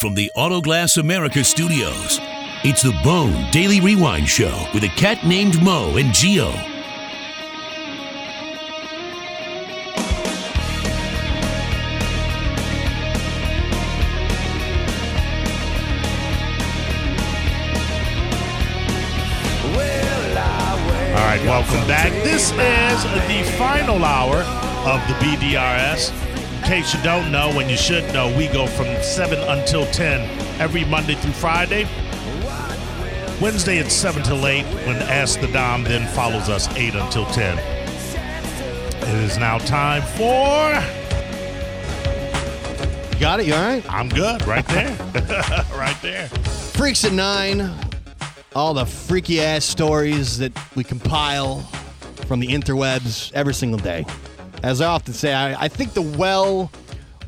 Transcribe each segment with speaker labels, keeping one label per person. Speaker 1: from the Autoglass America studios. It's the Bone Daily Rewind Show with a cat named Mo and Geo.
Speaker 2: All right, welcome back. This is the final hour of the BDRS. In case you don't know, when you should know, we go from 7 until 10 every Monday through Friday. Wednesday at 7 till 8 when Ask the Dom then follows us 8 until 10. It is now time for.
Speaker 3: You got it? You all right?
Speaker 2: I'm good, right there. right there.
Speaker 3: Freaks at Nine. All the freaky ass stories that we compile from the interwebs every single day. As I often say, I, I think the well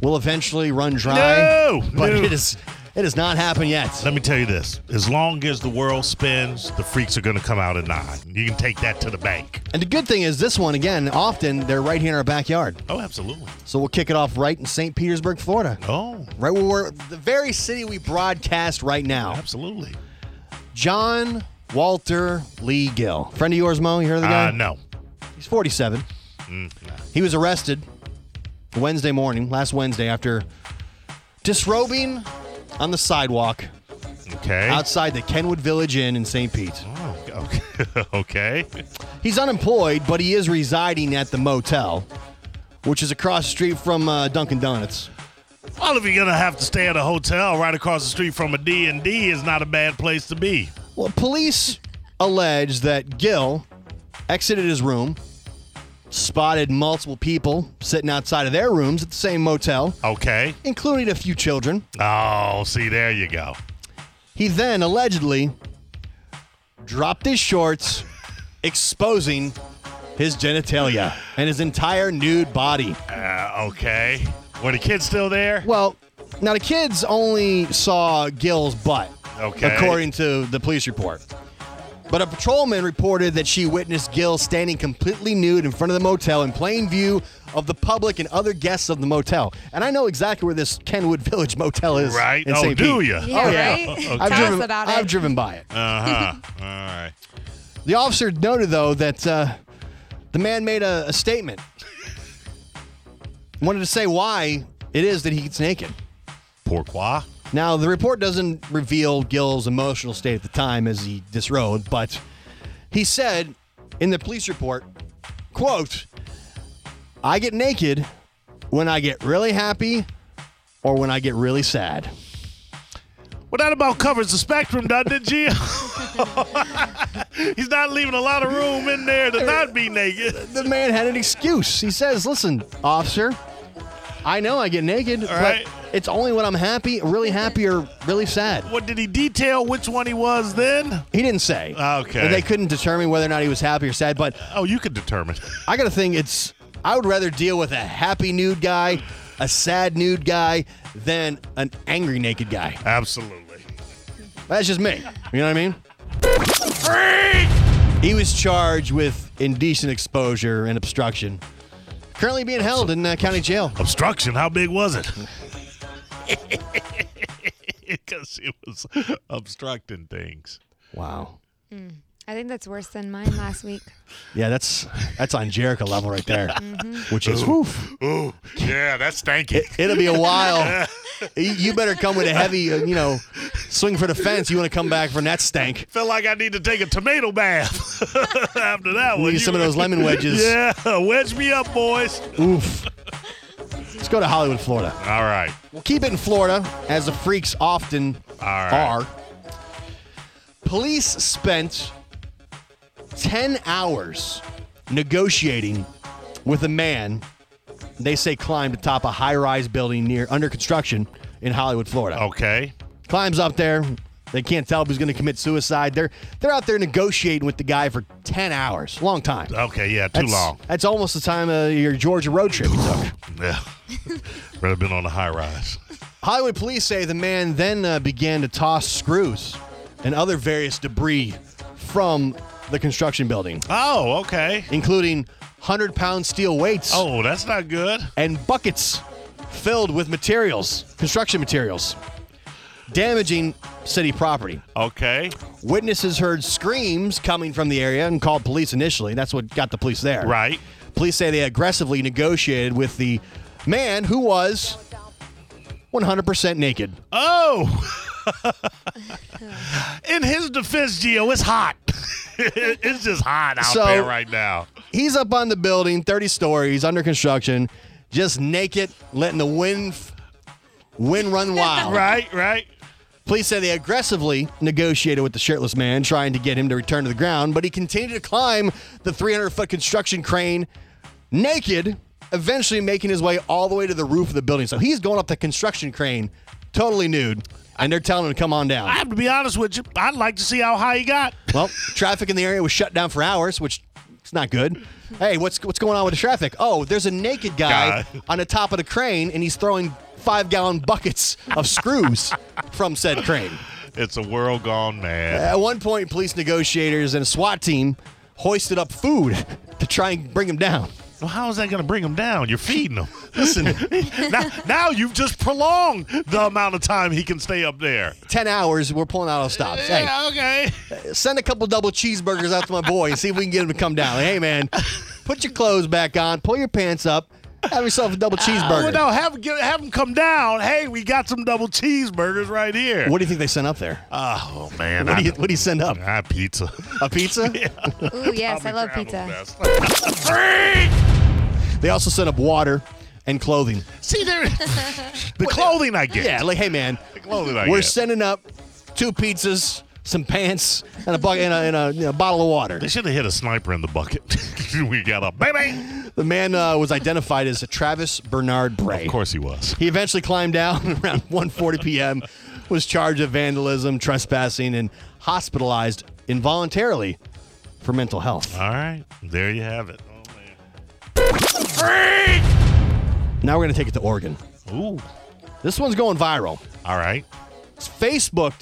Speaker 3: will eventually run dry.
Speaker 2: No!
Speaker 3: But
Speaker 2: No.
Speaker 3: it is it has not happened yet.
Speaker 2: Let me tell you this as long as the world spins, the freaks are going to come out at 9. You can take that to the bank.
Speaker 3: And the good thing is this one again, often they're right here in our backyard.
Speaker 2: Oh, absolutely.
Speaker 3: So we'll kick it off right in St. Petersburg, Florida.
Speaker 2: Oh,
Speaker 3: Right where we're the very city we broadcast right now.
Speaker 2: absolutely.
Speaker 3: John Walter Lee Gill. Friend of yours, Mo, you heard of the guy?
Speaker 2: Uh, no.
Speaker 3: He's 47. He was arrested Wednesday morning, last Wednesday, after disrobing on the sidewalk
Speaker 2: Okay.
Speaker 3: outside the Kenwood Village Inn in St. Pete.
Speaker 2: Oh, okay. okay.
Speaker 3: He's unemployed, but he is residing at the motel, which is across the street from uh, Dunkin' Donuts.
Speaker 2: Well, if you're gonna have to stay at a hotel right across the street from a D and D, is not a bad place to be.
Speaker 3: Well, police allege that Gill exited his room, spotted multiple people sitting outside of their rooms at the same motel,
Speaker 2: Okay.
Speaker 3: including a few children.
Speaker 2: Oh, see, there you go.
Speaker 3: He then allegedly dropped his shorts, exposing his genitalia and his entire nude body.
Speaker 2: Uh, okay. Were the kids still there?
Speaker 3: Well, now the kids only saw Gill's butt,
Speaker 2: Okay.
Speaker 3: according to the police report. But a patrolman reported that she witnessed Gill standing completely nude in front of the motel in plain view of the public and other guests of the motel. And I know exactly where this Kenwood Village motel is.
Speaker 2: Right.
Speaker 3: in
Speaker 2: oh,
Speaker 3: St.
Speaker 2: do
Speaker 3: Pete.
Speaker 2: you?
Speaker 4: Yeah,
Speaker 3: Oh, yeah.
Speaker 4: right?
Speaker 2: Okay.
Speaker 3: I've
Speaker 4: Tell
Speaker 3: driven,
Speaker 4: us about
Speaker 3: I've
Speaker 4: it.
Speaker 3: driven by it.
Speaker 2: Uh huh. All right.
Speaker 3: The officer noted, though, that uh, the man made a, a statement. Wanted to say why it is that he gets naked.
Speaker 2: Pourquoi?
Speaker 3: Now, the report doesn't reveal Gill's emotional state at the time as he disrobed, but he said in the police report, quote, I get naked when I get really happy or when I get really sad.
Speaker 2: Well, that about covers the spectrum, doesn't it, Gio? He's not leaving a lot of room in there to not be naked.
Speaker 3: The man had an excuse. He says, listen, officer, I know I get naked, but
Speaker 2: right.
Speaker 3: it's only when I'm happy, really happy or really sad.
Speaker 2: What did he detail? Which one he was then?
Speaker 3: He didn't say.
Speaker 2: Okay.
Speaker 3: And they couldn't determine whether or not he was happy or sad, but
Speaker 2: Oh, you could determine.
Speaker 3: I gotta think it's I would rather deal with a happy nude guy, a sad nude guy, than an angry naked guy.
Speaker 2: Absolutely.
Speaker 3: That's just me. You know what I mean? He was charged with indecent exposure and obstruction. Currently being held in uh, county jail.
Speaker 2: Obstruction. How big was it? Because it was obstructing things.
Speaker 3: Wow.
Speaker 4: I think that's worse than mine last week.
Speaker 3: Yeah, that's that's on Jericho level right there, which is woof.
Speaker 2: Ooh, yeah, that's stanky.
Speaker 3: It'll be a while. You- You better come with a heavy, uh, you know, swing for the fence. You want to come back from that stank.
Speaker 2: Felt like I need to take a tomato bath after that one.
Speaker 3: Need some of those lemon wedges.
Speaker 2: Yeah, wedge me up, boys.
Speaker 3: Oof. Let's go to Hollywood, Florida.
Speaker 2: All right.
Speaker 3: We'll keep it in Florida, as the freaks often
Speaker 2: right.
Speaker 3: are. Police spent 10 hours negotiating with a man they say climbed atop a high rise building near under construction in Hollywood, Florida.
Speaker 2: Okay.
Speaker 3: Climbs up there. They can't tell if he's going to commit suicide. They're they're out there negotiating with the guy for 10 hours. Long time.
Speaker 2: Okay. Yeah. Too
Speaker 3: that's,
Speaker 2: long.
Speaker 3: That's almost the time of your Georgia road trip you took.
Speaker 2: Yeah. Rather been on a high rise.
Speaker 3: Hollywood police say the man then uh, began to toss screws and other various debris from the construction building,
Speaker 2: Oh. Okay.
Speaker 3: including 100 pound steel weights
Speaker 2: Oh, that's not good.
Speaker 3: and buckets filled with materials, construction materials. damaging city property.
Speaker 2: Okay.
Speaker 3: Witnesses heard screams coming from the area and called police initially. That's what got the police there.
Speaker 2: Right.
Speaker 3: Police say they aggressively negotiated with the man who was 100% naked.
Speaker 2: Oh. In his defense, Gio, it's hot. it's just hot out
Speaker 3: So-
Speaker 2: there right now.
Speaker 3: He's up on the building, 30 stories, under construction, just naked, letting the wind f- wind run wild.
Speaker 2: Right, right.
Speaker 3: Police say they aggressively negotiated with the shirtless man, trying to get him to return to the ground, but he continued to climb the 300 foot construction crane naked, eventually making his way all the way to the roof of the building. So he's going up the construction crane totally nude, and they're telling him to come on down.
Speaker 2: I have to be honest with you. I'd like to see how high he got.
Speaker 3: Well, traffic in the area was shut down for hours, which is not good. Hey, what's what's going on with the traffic? Oh, there's a naked guy
Speaker 2: Guy.
Speaker 3: on the top of the crane, and he's throwing five gallon buckets of screws from said crane.
Speaker 2: It's a world gone man.
Speaker 3: At one point, police negotiators and a SWAT team hoisted up food to try and bring him down.
Speaker 2: Well, how is that going to bring him down? You're feeding him.
Speaker 3: Listen,
Speaker 2: now, now you've just prolonged the amount of time he can stay up there.
Speaker 3: ten hours, we're pulling out all stops. Hey,
Speaker 2: Yeah, okay.
Speaker 3: send a couple double cheeseburgers out to my boy and see if we can get him to come down. Like, hey, man, put your clothes back on, pull your pants up, have yourself a double
Speaker 2: Well,
Speaker 3: cheeseburger.
Speaker 2: no, have, get- have him come down. Hey, we got some double cheeseburgers right here.
Speaker 3: What do you think they sent up there?
Speaker 2: Oh, man.
Speaker 3: What
Speaker 2: I
Speaker 3: do you
Speaker 2: know.
Speaker 3: What do you send up?
Speaker 2: Ah, pizza.
Speaker 3: A pizza?
Speaker 4: Ooh, yes, I
Speaker 2: Probably
Speaker 4: love
Speaker 2: travel
Speaker 4: pizza.
Speaker 2: best.
Speaker 3: They also sent up water and clothing.
Speaker 2: See there, the clothing I get.
Speaker 3: Yeah, like hey man,
Speaker 2: the clothing I
Speaker 3: we're
Speaker 2: get.
Speaker 3: sending up two pizzas, some pants, and a bucket and a, and a, you know, bottle of water.
Speaker 2: they should have hit a sniper in the bucket. we got a baby.
Speaker 3: The man uh, was identified as Travis Bernard Bray.
Speaker 2: Of course he was.
Speaker 3: He eventually climbed down around 1:40 p.m. was charged of vandalism, trespassing, and hospitalized involuntarily for mental health.
Speaker 2: All right, there you have it. Oh,
Speaker 3: Now we're gonna take it to Oregon.
Speaker 2: Ooh.
Speaker 3: This one's going viral.
Speaker 2: All right.
Speaker 3: Facebook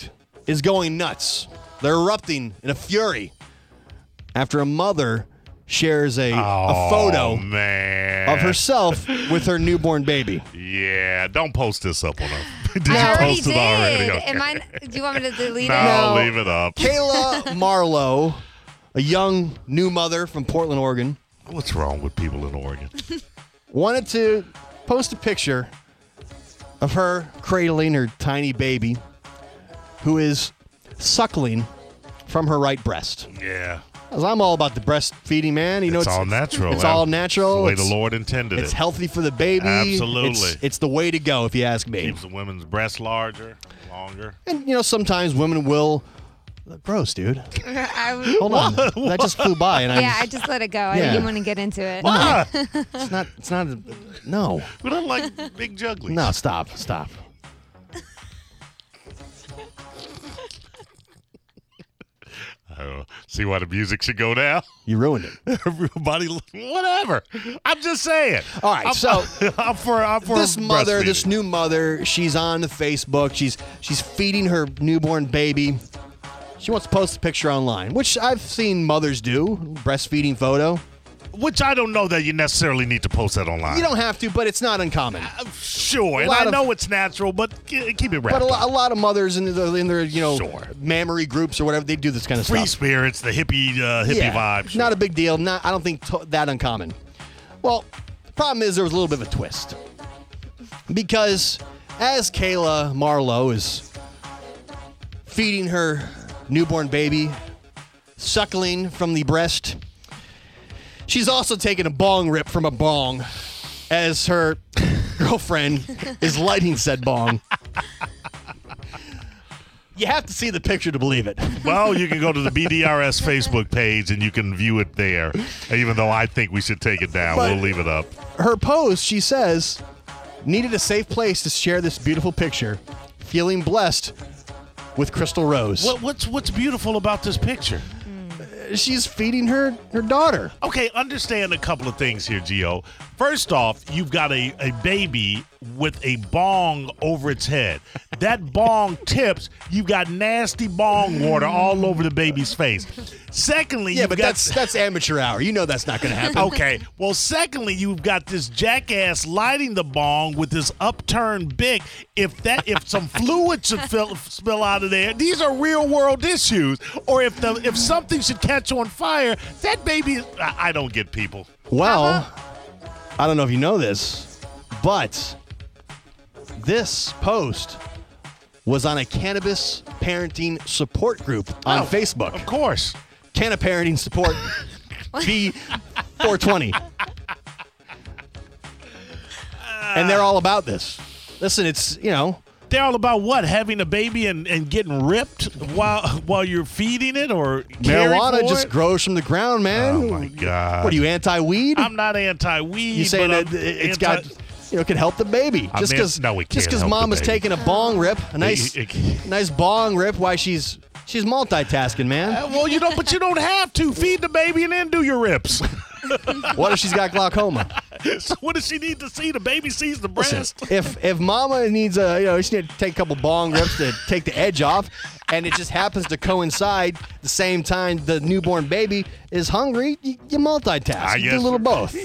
Speaker 3: is going nuts. They're erupting in a fury after a mother shares a, a
Speaker 2: Oh,
Speaker 3: photo
Speaker 2: man.
Speaker 3: of herself with her newborn baby.
Speaker 2: Yeah. Don't post this up on her. Did you
Speaker 4: I already
Speaker 2: post
Speaker 4: did.
Speaker 2: it already? Okay.
Speaker 4: Am I? Do you want me to delete
Speaker 2: no,
Speaker 3: No.
Speaker 4: it?
Speaker 2: leave it up.
Speaker 3: Kayla Marlowe, a young new mother from Portland, Oregon,
Speaker 2: What's wrong with people in Oregon?
Speaker 3: wanted to post a picture of her cradling her tiny baby who is suckling from her right breast.
Speaker 2: Yeah.
Speaker 3: 'Cause I'm all about the breastfeeding, man. You know,
Speaker 2: it's, all natural.
Speaker 3: It's all
Speaker 2: man.
Speaker 3: natural.
Speaker 2: It's the way
Speaker 3: It's-
Speaker 2: the Lord intended
Speaker 3: It's
Speaker 2: it.
Speaker 3: healthy for the baby.
Speaker 2: Absolutely.
Speaker 3: It's, it's the way to go, if you ask me.
Speaker 2: Keeps the women's breasts larger, longer.
Speaker 3: And, you know, sometimes women will. Gross, dude.
Speaker 4: I-
Speaker 3: Hold on. That just flew by, and
Speaker 4: yeah,
Speaker 3: I,
Speaker 4: I just let it go. I
Speaker 3: Yeah.
Speaker 4: didn't want to get into it.
Speaker 2: Ah,
Speaker 3: it's not. It's not. A, no.
Speaker 2: we don't like big jugglies.
Speaker 3: No, stop. Stop.
Speaker 2: I don't know. See why the music should go down?
Speaker 3: You ruined it.
Speaker 2: Everybody, whatever. I'm just saying.
Speaker 3: All right,
Speaker 2: I'm,
Speaker 3: so-
Speaker 2: I'm for, I'm for
Speaker 3: This mother,
Speaker 2: breastfeeding.
Speaker 3: this new mother, she's on the Facebook. She's she's feeding her newborn baby. She wants to post a picture online, which I've seen mothers do. Breastfeeding photo.
Speaker 2: which I don't know that you necessarily need to post that online.
Speaker 3: You don't have to, but it's not uncommon.
Speaker 2: Uh, Sure, and
Speaker 3: lot
Speaker 2: I
Speaker 3: of-
Speaker 2: know it's natural, but k- keep it wrapped.
Speaker 3: But a,
Speaker 2: up.
Speaker 3: lo- a lot of mothers in, the, in their you know
Speaker 2: Sure.
Speaker 3: mammary groups or whatever they do this kind of
Speaker 2: Free
Speaker 3: stuff.
Speaker 2: spirits, the hippie, uh, hippie vibe.
Speaker 3: Not a big deal. Not I don't think to- that uncommon. Well, the problem is there was a little bit of a twist because as Kayla Marlowe is feeding her newborn baby, suckling from the breast, she's also taking a bong rip from a bong as her girlfriend is lighting said bong. You have to see the picture to believe it.
Speaker 2: well, you can go to the BDRS Facebook page and you can view it there. Even though I think we should take it down,
Speaker 3: But-
Speaker 2: we'll leave it up.
Speaker 3: her post, she says, needed a safe place to share this beautiful picture, feeling blessed with Crystal Rose.
Speaker 2: What, what's what's beautiful about this picture?
Speaker 3: She's feeding her her daughter.
Speaker 2: Okay, understand a couple of things here, Gio. First off, you've got a, a baby with a bong over its head. That bong tips, you've got nasty bong water all over the baby's face. Secondly,
Speaker 3: Yeah,
Speaker 2: you've
Speaker 3: but
Speaker 2: got
Speaker 3: that's that's amateur hour. You know that's not going to happen.
Speaker 2: Okay. Well, secondly, you've got this jackass lighting the bong with this upturned bic. If that, if some fluid should fill, spill out of there, these are real world issues. Or if the if something should catch on fire, that baby. I, I don't get people.
Speaker 3: Well, I don't know if you know this, but this post was on a cannabis parenting support group on
Speaker 2: Oh,
Speaker 3: Facebook.
Speaker 2: Of course.
Speaker 3: Canna parenting support B420. and they're all about this. Listen, it's, you know,
Speaker 2: They're all about what having a baby and, and getting ripped while while you're feeding it or caring
Speaker 3: marijuana
Speaker 2: for
Speaker 3: just
Speaker 2: it?
Speaker 3: grows from the ground, man.
Speaker 2: Oh my god!
Speaker 3: What are you anti weed?
Speaker 2: I'm not anti weed.
Speaker 3: You saying that it's got you know can help the baby
Speaker 2: I
Speaker 3: just
Speaker 2: mean,
Speaker 3: because
Speaker 2: no, it can't
Speaker 3: just because
Speaker 2: help the
Speaker 3: mom is
Speaker 2: baby.
Speaker 3: taking a bong rip, a nice
Speaker 2: it can't.
Speaker 3: nice bong rip. Why she's she's multitasking, man.
Speaker 2: Uh, Well, you don't, but you don't have to feed the baby and then do your rips.
Speaker 3: What if she's got glaucoma?
Speaker 2: so what does she need to see? The baby sees the
Speaker 3: Listen,
Speaker 2: breast.
Speaker 3: if if mama needs a you know she need to take a couple bong rips to take the edge off, and it just happens to coincide the same time the newborn baby is hungry, you, you multitask.
Speaker 2: I
Speaker 3: you do
Speaker 2: guess-
Speaker 3: a little both.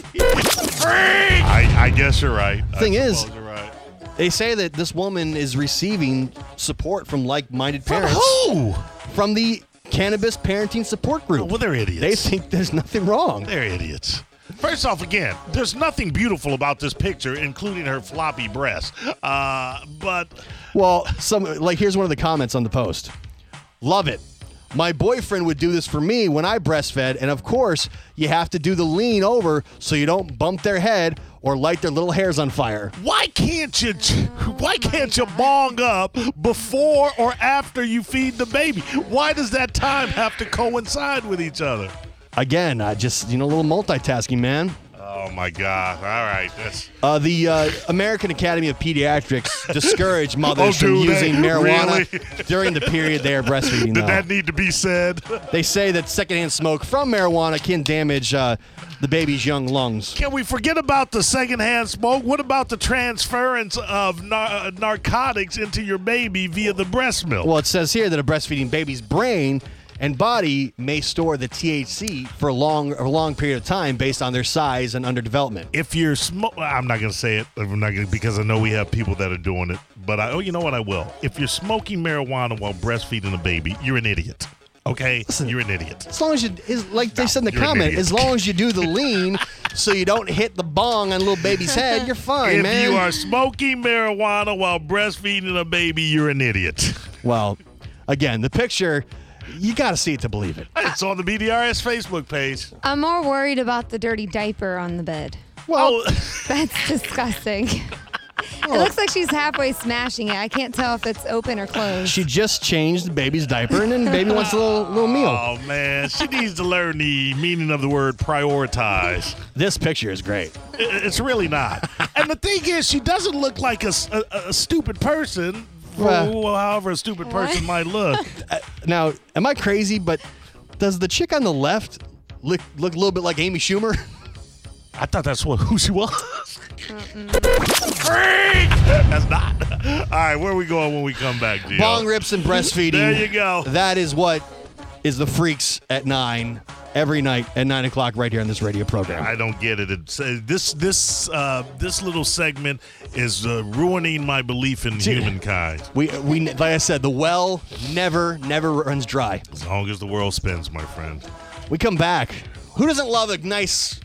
Speaker 2: I, I guess you're right. I
Speaker 3: Thing is-
Speaker 2: suppose you're right.
Speaker 3: They say that this woman is receiving support from like-minded
Speaker 2: From
Speaker 3: parents
Speaker 2: who?
Speaker 3: from the cannabis parenting support group.
Speaker 2: Well, they're idiots.
Speaker 3: They think there's nothing wrong.
Speaker 2: They're idiots. First off, again, there's nothing beautiful about this picture, including her floppy breasts. Uh, but
Speaker 3: Well, some like here's one of the comments on the post. Love it. My boyfriend would do this for me when I breastfed, and of course, you have to do the lean over so you don't bump their head or light their little hairs on fire.
Speaker 2: why can't you? Why can't you bong up before or after you feed the baby? Why does that time have to coincide with each other?
Speaker 3: Again, I just you know a little multitasking, man.
Speaker 2: Oh my God! All right, that's.
Speaker 3: Uh, the uh, American Academy of Pediatrics discourage mothers
Speaker 2: Oh,
Speaker 3: from
Speaker 2: do they?
Speaker 3: using marijuana
Speaker 2: Really?
Speaker 3: during the period they are breastfeeding.
Speaker 2: Did
Speaker 3: though.
Speaker 2: that need to be said?
Speaker 3: They say that secondhand smoke from marijuana can damage uh, the baby's young lungs.
Speaker 2: Can we forget about the secondhand smoke? What about the transference of nar- uh, narcotics into your baby via the breast milk?
Speaker 3: Well, it says here that a breastfeeding baby's brain and body may store the THC for a long, a long period of time based on their size and underdevelopment.
Speaker 2: if you're smoke, I'm not gonna say it. I'm not gonna because I know we have people that are doing it. But I, oh, you know what? I will. If you're smoking marijuana while breastfeeding a baby, you're an idiot. Okay, you're an idiot.
Speaker 3: As long as you, is, like they said in the
Speaker 2: you're an
Speaker 3: comment,
Speaker 2: idiot.
Speaker 3: as long as you do the lean so you don't hit the bong on little baby's head, you're fine,
Speaker 2: if
Speaker 3: man.
Speaker 2: you are smoking marijuana while breastfeeding a baby, you're an idiot.
Speaker 3: well, again, the picture, you got to see it to believe it.
Speaker 2: it's on the BDRS Facebook page.
Speaker 4: I'm more worried about the dirty diaper on the bed.
Speaker 3: Well,
Speaker 2: oh.
Speaker 4: That's disgusting. it looks like she's halfway smashing it. I can't tell if it's open or closed.
Speaker 3: she just changed the baby's diaper, and then the baby wants a little, little meal.
Speaker 2: Oh man, she needs to learn the meaning of the word prioritize.
Speaker 3: This picture is great.
Speaker 2: I- It's really not. And the thing is, she doesn't look like a, s- a- a stupid person.
Speaker 3: Well-
Speaker 2: Well, however, a stupid person might look.
Speaker 3: Now, am I crazy? But does the chick on the left look look a little bit like Amy Schumer?
Speaker 2: I thought that's what who she was. Freak! That's not. All right, where are we going when we come back, Gio?
Speaker 3: Bong rips and breastfeeding.
Speaker 2: There you go.
Speaker 3: That is what is the freaks at nine every night at nine o'clock right here on this radio program.
Speaker 2: I don't get it. It's, uh, this this uh, this little segment is uh, ruining my belief in humankind.
Speaker 3: we we like I said, the well never never runs dry.
Speaker 2: As long as the world spins, my friend.
Speaker 3: We come back. Who doesn't love a nice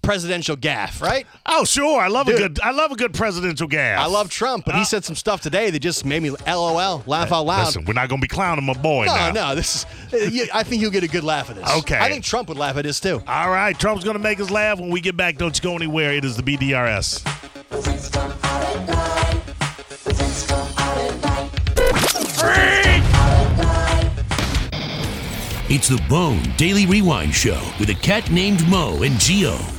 Speaker 3: presidential gaff, right?
Speaker 2: Oh sure, I love
Speaker 3: Dude.
Speaker 2: a good I love a good presidential gas.
Speaker 3: I love Trump, but he
Speaker 2: Uh,
Speaker 3: said some stuff today that just made me LOL, laugh out loud.
Speaker 2: Listen, we're not gonna be clowning my boy
Speaker 3: no,
Speaker 2: now.
Speaker 3: no, this is. you- I think you'll get a good laugh at this.
Speaker 2: Okay.
Speaker 3: I think Trump would laugh at this too.
Speaker 2: All right, Trump's gonna make us laugh when we get back. Don't you go anywhere. It is the BDRS.
Speaker 1: It's the Bone Daily Rewind Show with a cat named Mo and Geo.